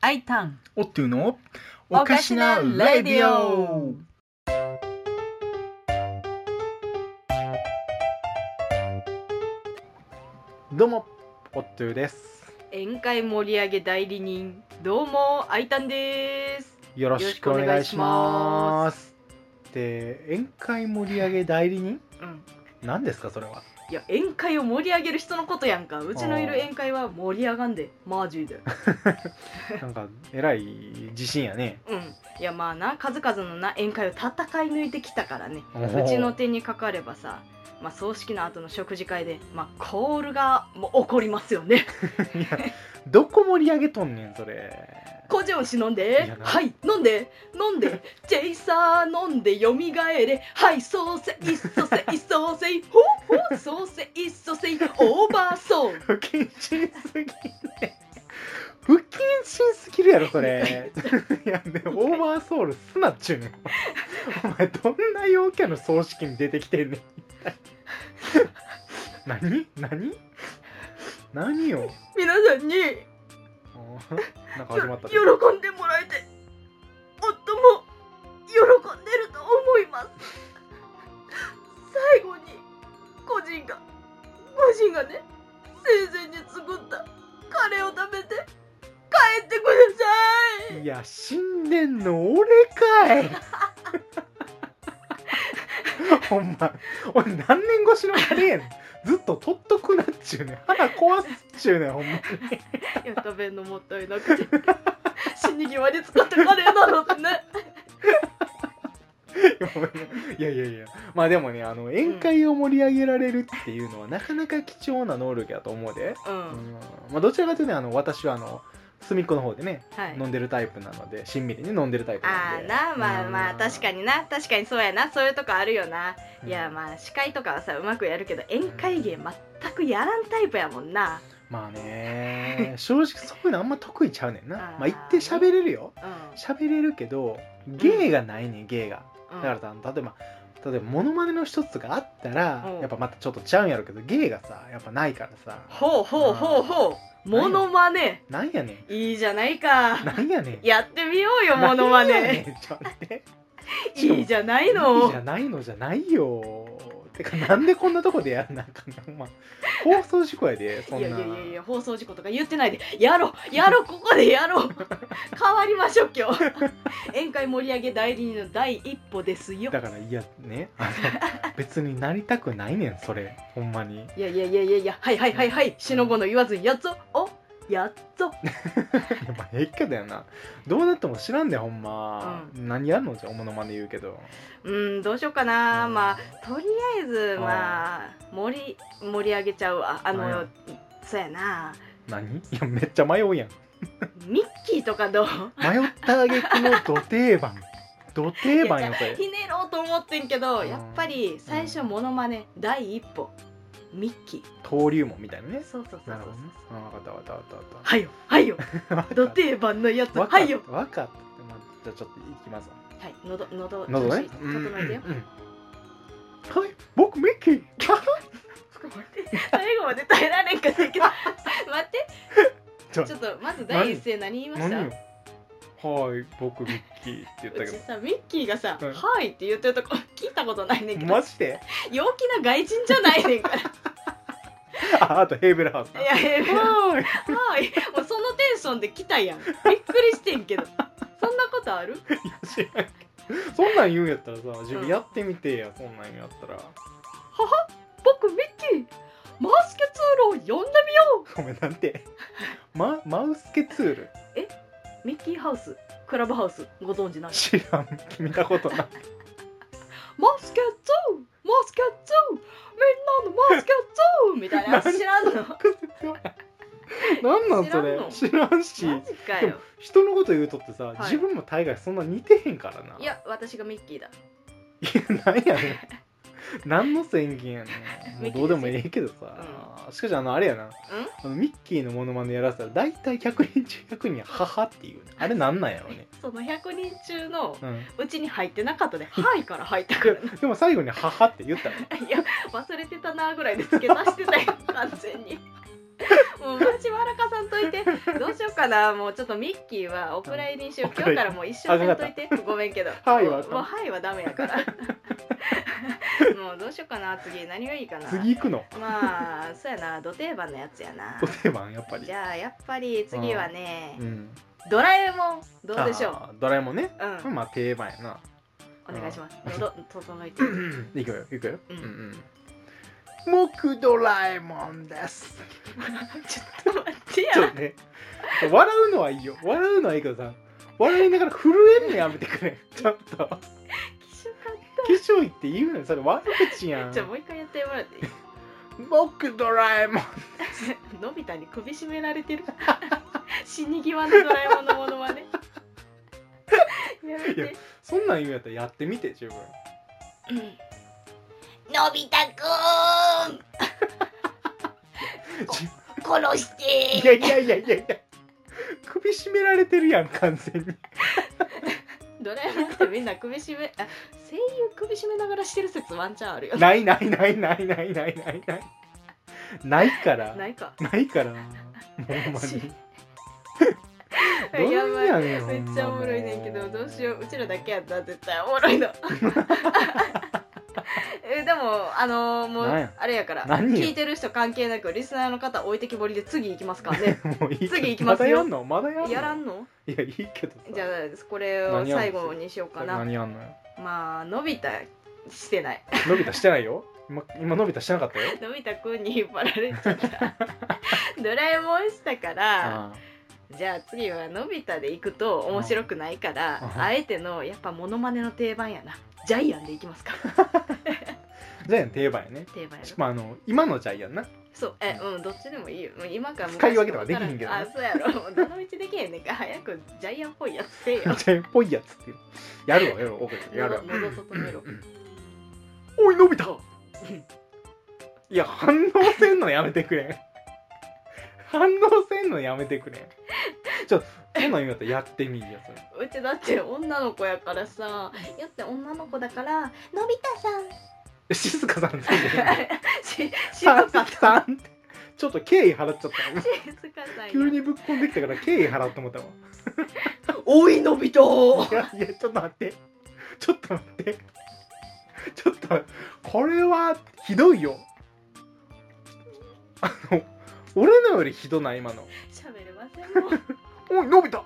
アイタンおっていうのおかしなレディオどうもおっていうです宴会盛り上げ代理人どうもアイタンですよろしくお願いしますで宴会盛り上げ代理人うん何ですかそれ はいや宴会を盛り上げる人のことやんかうちのいる宴会は盛り上がんでマジでなんかえらい自信やねうんいやまあな数々のな宴会を戦い抜いてきたからねおーうちの手にかかればさまあ、葬式の後の食事会で、まあ、コールがもう起こりますよね。いやどこ盛り上げとんねんそれ個人を忍んいやで、なはい、飲んで、飲んで、チェイサー飲んで、よみがえれ、はい、ソーセ、いっそせ、いっそせ、ほうほう、ソーセ、いっそせ、オーバーソー。不謹慎すぎるね不謹慎すぎるやろそれいやねオーバーソウルすなっちゅうねんお前どんな陽キャの葬式に出てきてんねん何何何よ皆さんになんかよ始まったで喜んでもらえて、夫も喜んでると思います。最後に、個人が、個人がね、生前に作ったカレーを食べて、帰ってください。いや死んでんの俺かい ほんま俺何年越しのカレーやねんずっと取っとくなっちゅうねん腹壊すっちゅうねんほんまにいや食べるのもったいなくて 死に際に使ったカレーなのってねいやいやいやまあでもねあの宴会を盛り上げられるっていうのはなかなか貴重な能力やと思うで、ううんんまあ、どちらかというとねあの私はあの隅っこの方でね、はい飲んでるタイプなのでしんみりね飲んでるタイプあなんーでなまあまあ確かにな確かにそうやなそういうとこあるよな、うんいやまあ司会とかはさうまくやるけど宴会芸全くやらんタイプやもんなまあね正直そういうのあんま得意ちゃうねんなあーまあ言って喋れるようん、喋れるけど芸がないねん芸がうん、だからさ例えば例えばモノマネの一つがあったらうんやっぱまたちょっとちゃうんやろうけど芸がさやっぱないからさほうほうほうほうモノマネなんやねいいじゃないんかなんやねんやってみようよモノマなんやねネんちょっと待っていいじゃないいいのじゃないのじゃないよてかなんでこんなとこでやんなあかんの、まあ、放送事故やでそいんなやいやいやいや放送事故とか言ってないでやろうや ろうここでやろう変わりましょう今日宴会盛り上げ代理人の第一歩ですよだからいやねあの別になりたくないねんそれほんまにいやいやいやいやいやはいはいはいはいしのごの言わずにやっぞおやっぞやっぱえっかだよなどうなっても知らんでほんま、何やんのじゃあモノマネ言うけどうんどうしようかな、うんまあとりあえずまあ盛り盛り上げちゃうわあの、はいそうやな何いやめっちゃ迷うやんミッキーとかどう迷った挙句のど定番ど定番よそれひねろうと思ってんけどうんやっぱり最初モノマネ第一歩ミッキ登竜門みたいなねーそうそうそうそうなるほどねあ分かった分かった分かっはいよはい よた分かった土定番のやつわはかっいよたわかったまあじゃあちょっといきますわはい喉喉喉ね調子整えてようんうんうんはい僕ミッキー最後まで耐えられんかったけど 待ってちょちょっとまず第一声何言いました何よはい僕ミッキーって言ったうけちどさミッキーがさ「うんはい」って言ってるとこ聞いたことないねんけどマジで陽気な外人じゃないねん からいああとヘーベルハウスなやいやいやははいいもうそのテンションで来たやんびっくりしてんけどそんなことあるいや知らんそんなん言うんやったらさ自分やってみてや、そんなんやったら僕ミッキーマスケツールを呼んでみよごめんなんてママウスケツールうミッキーハウスクラブハウスご存知ない知らん聞いたことないマスケッツーマスケッツーみんなのマスケッツーみたいな知らんのマなんなんそれ知知らんしジかよ人のこと言うとってさ、い自分も大概そんな似てへんからないいや私がミッキーだや なんやねん何の宣言やねんもうどうでもええけどさ、しかしあのあれやなあのミッキーのモノマネやらせたら大体100人中100人は母っていうねあれなんなんやろうね、その100人中の うん、うちに入ってなかったで「はい」から入ったから ねでも最後に母って言ったら いや忘れてたなぐらいで付け足してたよ完全にもうマジ笑かさんといてどうしようかなもうちょっとミッキーはお蔵入りにしようお今蔵日か入りらもう一生せんといてごめんけどはいもはあうかんもうはいはダメやから もうどうしようかな次何がいいかな次行くのまあそうやな土定番のやつやなお定番やっぱりじゃあやっぱり次はねうんドラえもんどうでしょうあードラえもんねうんまあ定番やなお願いします喉整 えていくよいくよううんんうん僕ドラえもんですちょっと待ってやちょっとね笑うのはいいよ笑うのはいいけどさ笑いながら震えんのやめて くれちょっと化きしょかっ粧いって言うのよそれ悪口やたじゃあんもう一回やってもらって いい僕ドラえもんのび太に首絞められてる 死に際のドラえもんのものまねやめいやてそんなん言うんやったらやってみて自分のび太くん殺しいやいやいやいやいや首絞められてるやん完全に ドラえもんってみんな首絞めあ声優首絞めながらしてる説ワンチャンあるよなないないないないないないないないないからいかないからもうほんましにど やうやばいねんめっちゃおほんまもうもろいねんけどどうしよううちらだけやったら絶対おもろい のえでもあのーもうなんやあれやから何よ聞いてる人関係なくリスナーの方置いてきぼりで次行きますから ね もういいけど次行きますよまだやんのまだやんのやらんのいやいいけどさじゃあこれを最後にしようかな何やんのよまあのび太してない のび太してないよ今今のび太してなかったよのび太くんに引っ張られちゃった ドラえもんしたからあじゃあ次はのび太で行くと面白くないからうんあえてのやっぱモノマネの定番やなジャイアンで行きますかジャイアン定番やね定番やろまああの今のジャイアンなそうえうんどっちでもいいよもう今から使い分けとかできひんけどねあそうやろもうどのうちできへんねんから早くジャイアンっぽいやつ せえよジャイアンっぽいやつっていうやるわやるわオッケーやるわ喉喉整えろおいのび太いや反応せんのやめてくれん反応せんのやめてくれんちょそんなん言うんやったらやってみいやそれうちだって女の子やからさやって女の子だからのび太さんえ静香さんついてし静さ香んさんさんってちょっと敬意払っちゃった静香さん 急やにぶっこんできたから敬意払って思ったわおいのびい太やいやちょっと待ってちょっと待ってちょっと待ってこれはひどいよあの俺のよりひどない今の喋れませんもんおいのび太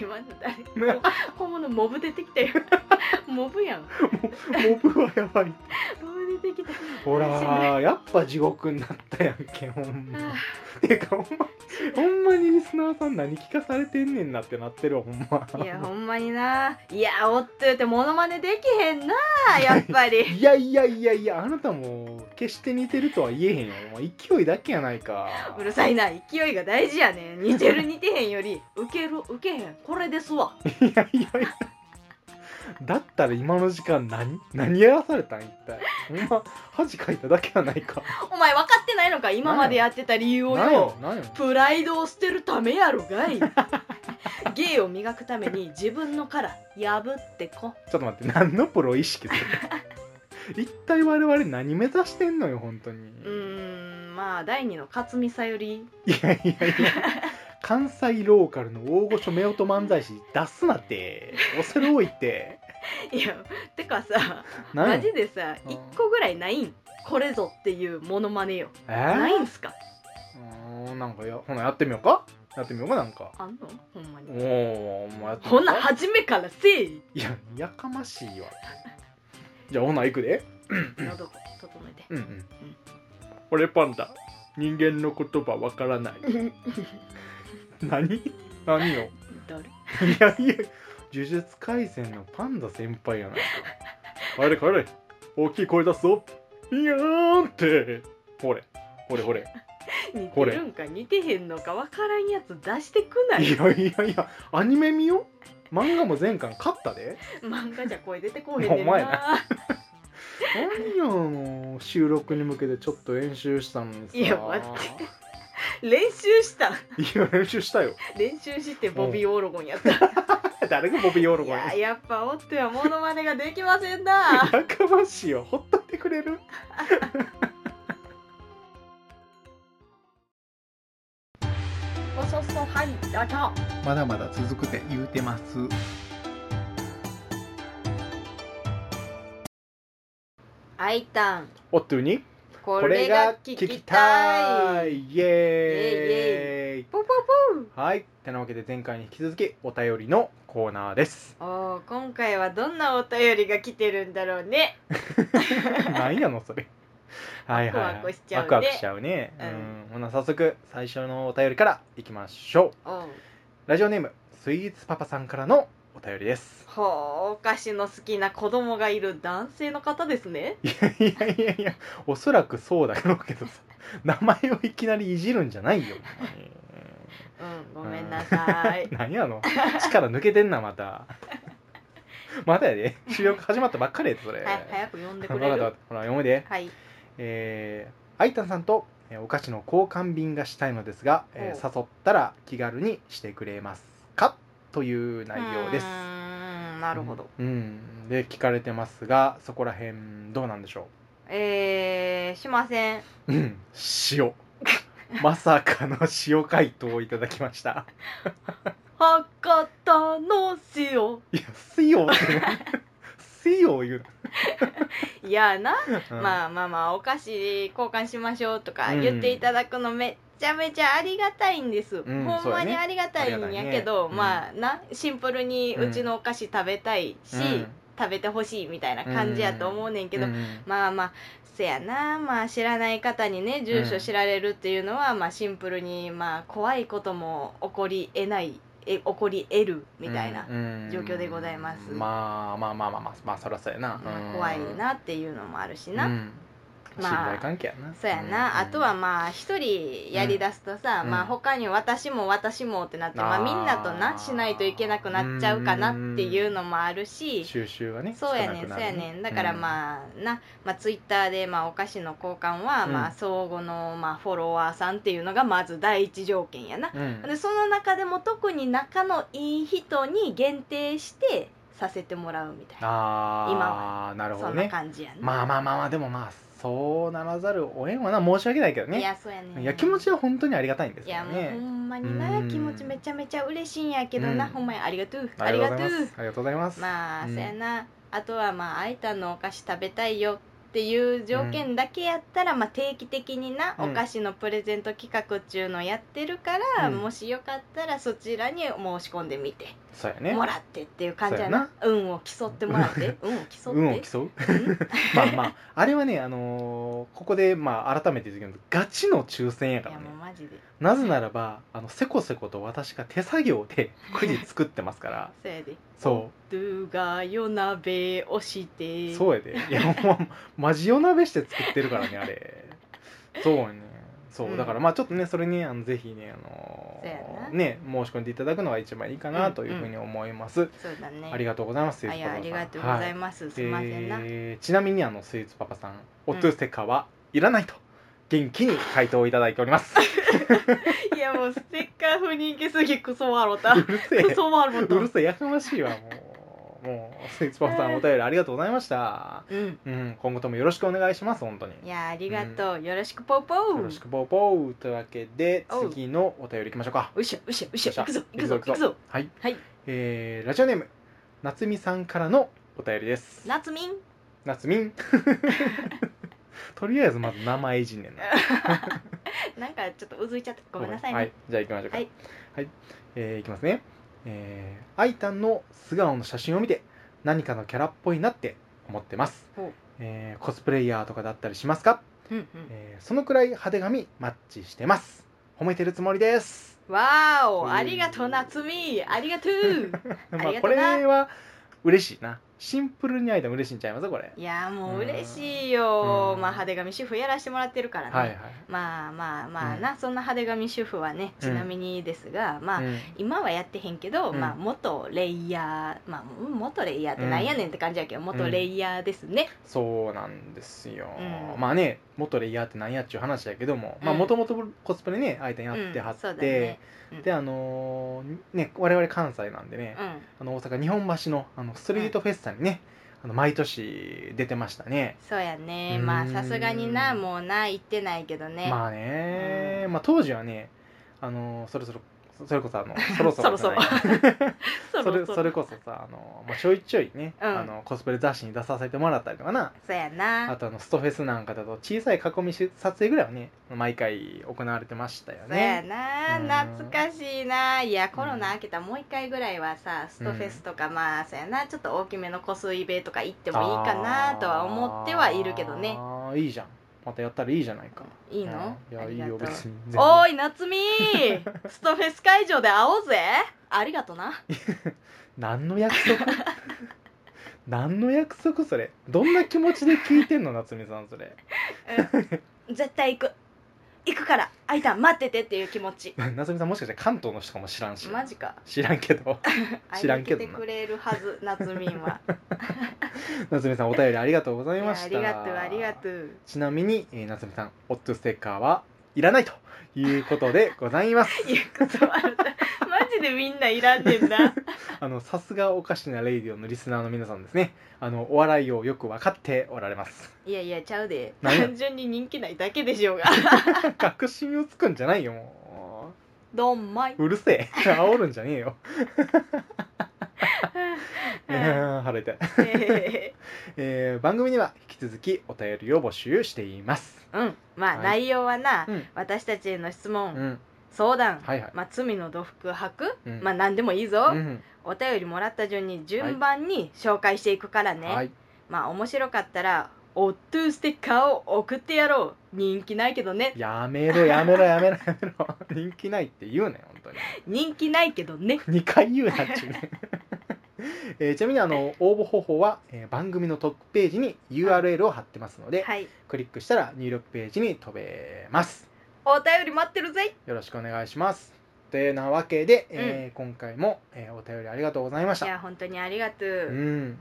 今の誰本物モブ出てき たよモブやんモブはやばいモブ出てきたほ らーやっぱ地獄になったやんけほんまてかほんまほんまにリスナーさん何聞かされてんねんなってなってるわほんまいやほんまにないやおっと言ってモノマネできへんなやっぱりいやいやいやいやあなたも決して似てるとは言えへんよお前勢いだけやないかうるさいな勢いが大事やねん似てる似てへんより受ける受けへんこれですわいやいやいやだったら今の時間何何やらされたん一体ほんま恥かいただけやないかお前分かってないのか今までやってた理由を何よよ何よプライドを捨てるためやろがい 芸を磨くために自分の殻破ってこちょっと待って何のプロ意識する一体我々何目指してんのよ本当に、うーんまあ第二の勝見さゆりいやいやいや関西ローカルの大御所夫婦漫才師出すなって恐れ多いっていやてかさマ何ジでさうん一個ぐらいないんこれぞっていうモノマネよえないーんすかうーんなんかやほなやってみようかやってみようかなんかあんのほんまおにおもうやってみほようかな初めからせいいややかましいわ じゃあほな行くで喉を整えてうんうん俺パンダ人間の言葉わからない 何何よ誰いやいや、呪術廻戦のパンダ先輩やないか。帰れ帰れ、大きい声出すぞ。いやーんって。ほれ、ほれほれ。似てこれるんか似てへんのかわからんやつ出してくないいやいやいや、アニメ見よ漫画も全巻買ったで。漫画じゃ声出てこへんねんほんまやな何よ、もう収録に向けてちょっと練習したのにさ。いや待練習したいや、練習したよ。練習してボビー・オロゴンやった誰がボビーオールいゴンやや。やっぱオッテはモノマネができませんなやかましいわ、ほっとってくれるどうぞまだまだ続くて言うてますあいたんおっというにここれれがが聞聞ききたたいいイエーイポポポはいてなわけで前回に引き続きお便りのコーナーです おー今回はどんなお便りが来てるんだろうね何やのそれはいはいはいワクワクしちゃうねワクワクしちゃうねうんうんほな早速最初のお便りからいきましょうおうラジオネームスイーツパパさんからのお便りですほうお菓子の好きな子供がいる男性の方ですねいやいやいやいやおそらくそうだろうけどさ名前をいきなりいじるんじゃないようんごめんなさ い何やの力抜けてんなまたまたやで収録始まったばっかりやでそれはい早く呼んでくわかれったわるかったほら読むではいえー、アイタンさんとえーお菓子の交換便がしたいのですが、えー誘ったら気軽にしてくれますかという内容ですうーんなるほど、うん、で聞かれてますがそこら辺どうなんでしょえー、しませんううん塩まさかの塩回答をいただきました博多の塩いや「塩」って何塩を言ういやな、な、うんまあまあまあお菓子交換しましょうとか言っていただくのめっちゃめちゃありがたいんです、んほんそうまやにねありがたいんやけど、ありがたまあなシンプルにうちのお菓子食べたいし、うん食べてほしいみたいな感じやと思うねんけど、うんまあまあせやなまあ知らない方にね住所知られるっていうのは、まあシンプルにまあ怖いことも起こりえないえ起こり得るみたいな、状況でございますうんまあまあまあまあまあまあそりゃそうやな、まうんあ、怖いなっていうのもあるしな、うん信まあ頼関係やなそうやな、あとはまあ一人やりだすとさ、うんまあ他に私も私もってなって、まああーみんなとなしないといけなくなっちゃうかなっていうのもあるし、収集がねそうやね少んそなくうなやるねんだからあ、まあな、まあ、ツイッターでまあお菓子の交換はうんまあ相互のまあフォロワーさんっていうのがまず第一条件やな、うんでその中でも特に仲のいい人に限定してさせてもらうみたいなあー今なるほそどんなね感じやな、まあまあまあまあでもまあそうならざるをえんわな申し訳ないけどねいやそうやねんいや気持ちは本当にありがたいんですいけどやもうほねんまになうん気持ちめちゃめちゃ嬉しいんやけどな、うんほんまにありがとうありがとうますありがとうございますまあ、うんそやなあとはまああいたんのお菓子食べたいよっていう条件だけやったら、まあ定期的にな、うんお菓子のプレゼント企画っちゅうのやってるから、うんもしよかったらそちらに申し込んでみて、そうやねもらってっていう感じやな運を競ってもら って運を競って運を競うまあまああれはねあのーここでまあ改めて言うけどガチの抽選やいかやらねもうマジでなぜならばあのせこせこと私が手作業でくじ作ってますからそやでそ「ドゥが夜鍋をしてう」そうやでいやほんまマジ夜鍋して作ってるからねあれそうやねそう、うんだからまあちょっとねそれにあのぜひねあのそうやなーね申し込んでいただくのが一番いいかなというふうに思います、そうだねありがとうございますあいやありがとうございまます、すいませんな、えーちなみにあのスイーツパパさんおトゥセカはいらないと元気に回答をいただいております いやもうステッカー風に行きすぎクソ笑 ったうるせえクソ笑っうたるせえやかましいわもうもうスイーツパパさんお便りありがとうございましたうんうん今後ともよろしくお願いします本当にいやありがとう、よろしくポーポーよろしくぽーぽーというわけでおう次のお便りいきましょうかうしゃうしゃうしゃ行くぞ行行くくぞぞ行行くぞくぞはい、はいえー、ラジオネーム夏美さんからのお便りです夏みん夏美 とりあえずまず名前いじんねんな なんかちょっとうずいちゃったごめんなさいね、はい、じゃあ行きましょうか。はい、えーいきますね。えー、アイタンの素顔の写真を見て何かのキャラっぽいなって思ってますほう。えーコスプレイヤーとかだったりしますか？うんうんえーそのくらい派手髪マッチしてます。褒めてるつもりです。わーおうんありがとう夏みありがとうありがとうなこれは嬉しいな。シンプルにアイタン嬉しいんちゃいますこれ。いやもう嬉しいようんまあ派手紙主婦やらしてもらってるからね、はいはい。まあまあまあな、そんな派手紙主婦はねちなみにですが、まあ、うん今はやってへんけど、うんまあ元レイヤーまあうん元レイヤーってなんやねんって感じやけど、元レイヤーですね、そうなんですよ、うんまあね元レイヤーってなんやっちゅう話やけどもうんもともとコスプレね相手にやってはっうんそうだてね、うんであのーね我々関西なんでね、うん、あの大阪日本橋のあのストリートフェスタにね、あの毎年出てましたねそうやねうんまあさすがになもうな行ってないけどね、まあね、まあ当時はねあのーそれそろそそれこそあ のそろそろじゃない それそれこそさあの、まあ、ちょいちょいね、うんあのコスプレ雑誌に出させてもらったりとかなそうやなあとあのストフェスなんかだと小さい囲みし撮影ぐらいはね毎回行われてましたよそうやねな、うん懐かしいないやコロナ明けたらもう一回ぐらいはさストフェスとか、まあそうやなちょっと大きめのコスイベとか行ってもいいかなとは思ってはいるけどねあーいいじゃんまたやったらいいじゃないかいいのうんいあやいりいがとよう別に全然おーい夏美ストフェス会場で会おうぜありがとな何の約束 何の約束それどんな気持ちで聞いてんの夏美さんそれ絶対行く行くからあいたん待っててっていう気持ち夏美さんもしかして関東の人かも知らんしマジか知らんけど 知らんけど会いにな来てくれるはず夏美 は夏美さんお便りありがとうございいまやしあたりがとうありがとうちなみに、えー夏美さんオットゥステッカーはいらないということでございますいやくそ悪いマジでみんないらんねんなあのさすがおかしなレイディオのリスナーの皆さんですねあのお笑いをよく分かっておられます いやいやちゃうで何や単純に人気ないだけでしょう が確信をつくんじゃないよもどんまいううるせえ 煽るんじゃねえよいや ー腹痛いええー番組には引き続きお便りを募集しています。ー うんまあ、はい内容はな、うん私たちへの質う問、ん、相談、はいはい。まあ、罪の土服白、うんまあ何でもいいぞ、うん、お便りもらった順に順番に紹介していくからね、はい。まあ面白かったら「オットゥステッカーを送ってやろう人気ないけどねやめろやめろやめろ やめろ。人気ないって言うねん本 当に。人気ないけどね二回言うなっちゅうね。 えーちなみにあの応募方法は、えー番組のトップページに URL を貼ってますので、はいクリックしたら入力ページに飛べます。お便り待ってるぜよろしくお願いします。てなわけで、えー今回も、えーお便りありがとうございましいた。や本当にありがとう、うん。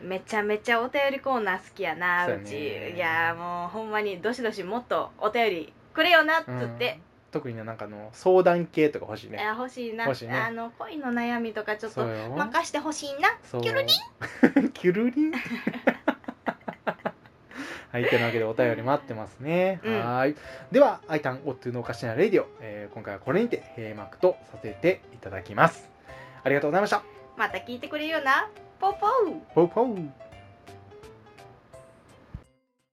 めちゃめちゃお便りコーナー好きやなそうやうねちいやもうほんまにどしどしもっとお便りくれよなっつうんって、特にねなんかあの相談系とか欲しいいね。や欲しいな欲しいねあの恋の悩みとかちょっそとうよ。任してほしいなそうキュルリン キュルリンはい、というわけでお便り待ってますね。うんはーい。では、アイタンオットゥのおかしなレディオ、えー今回はこれにて閉幕とさせていただきます。ありがとうございました。また聞いてくれよなポポーポウポウ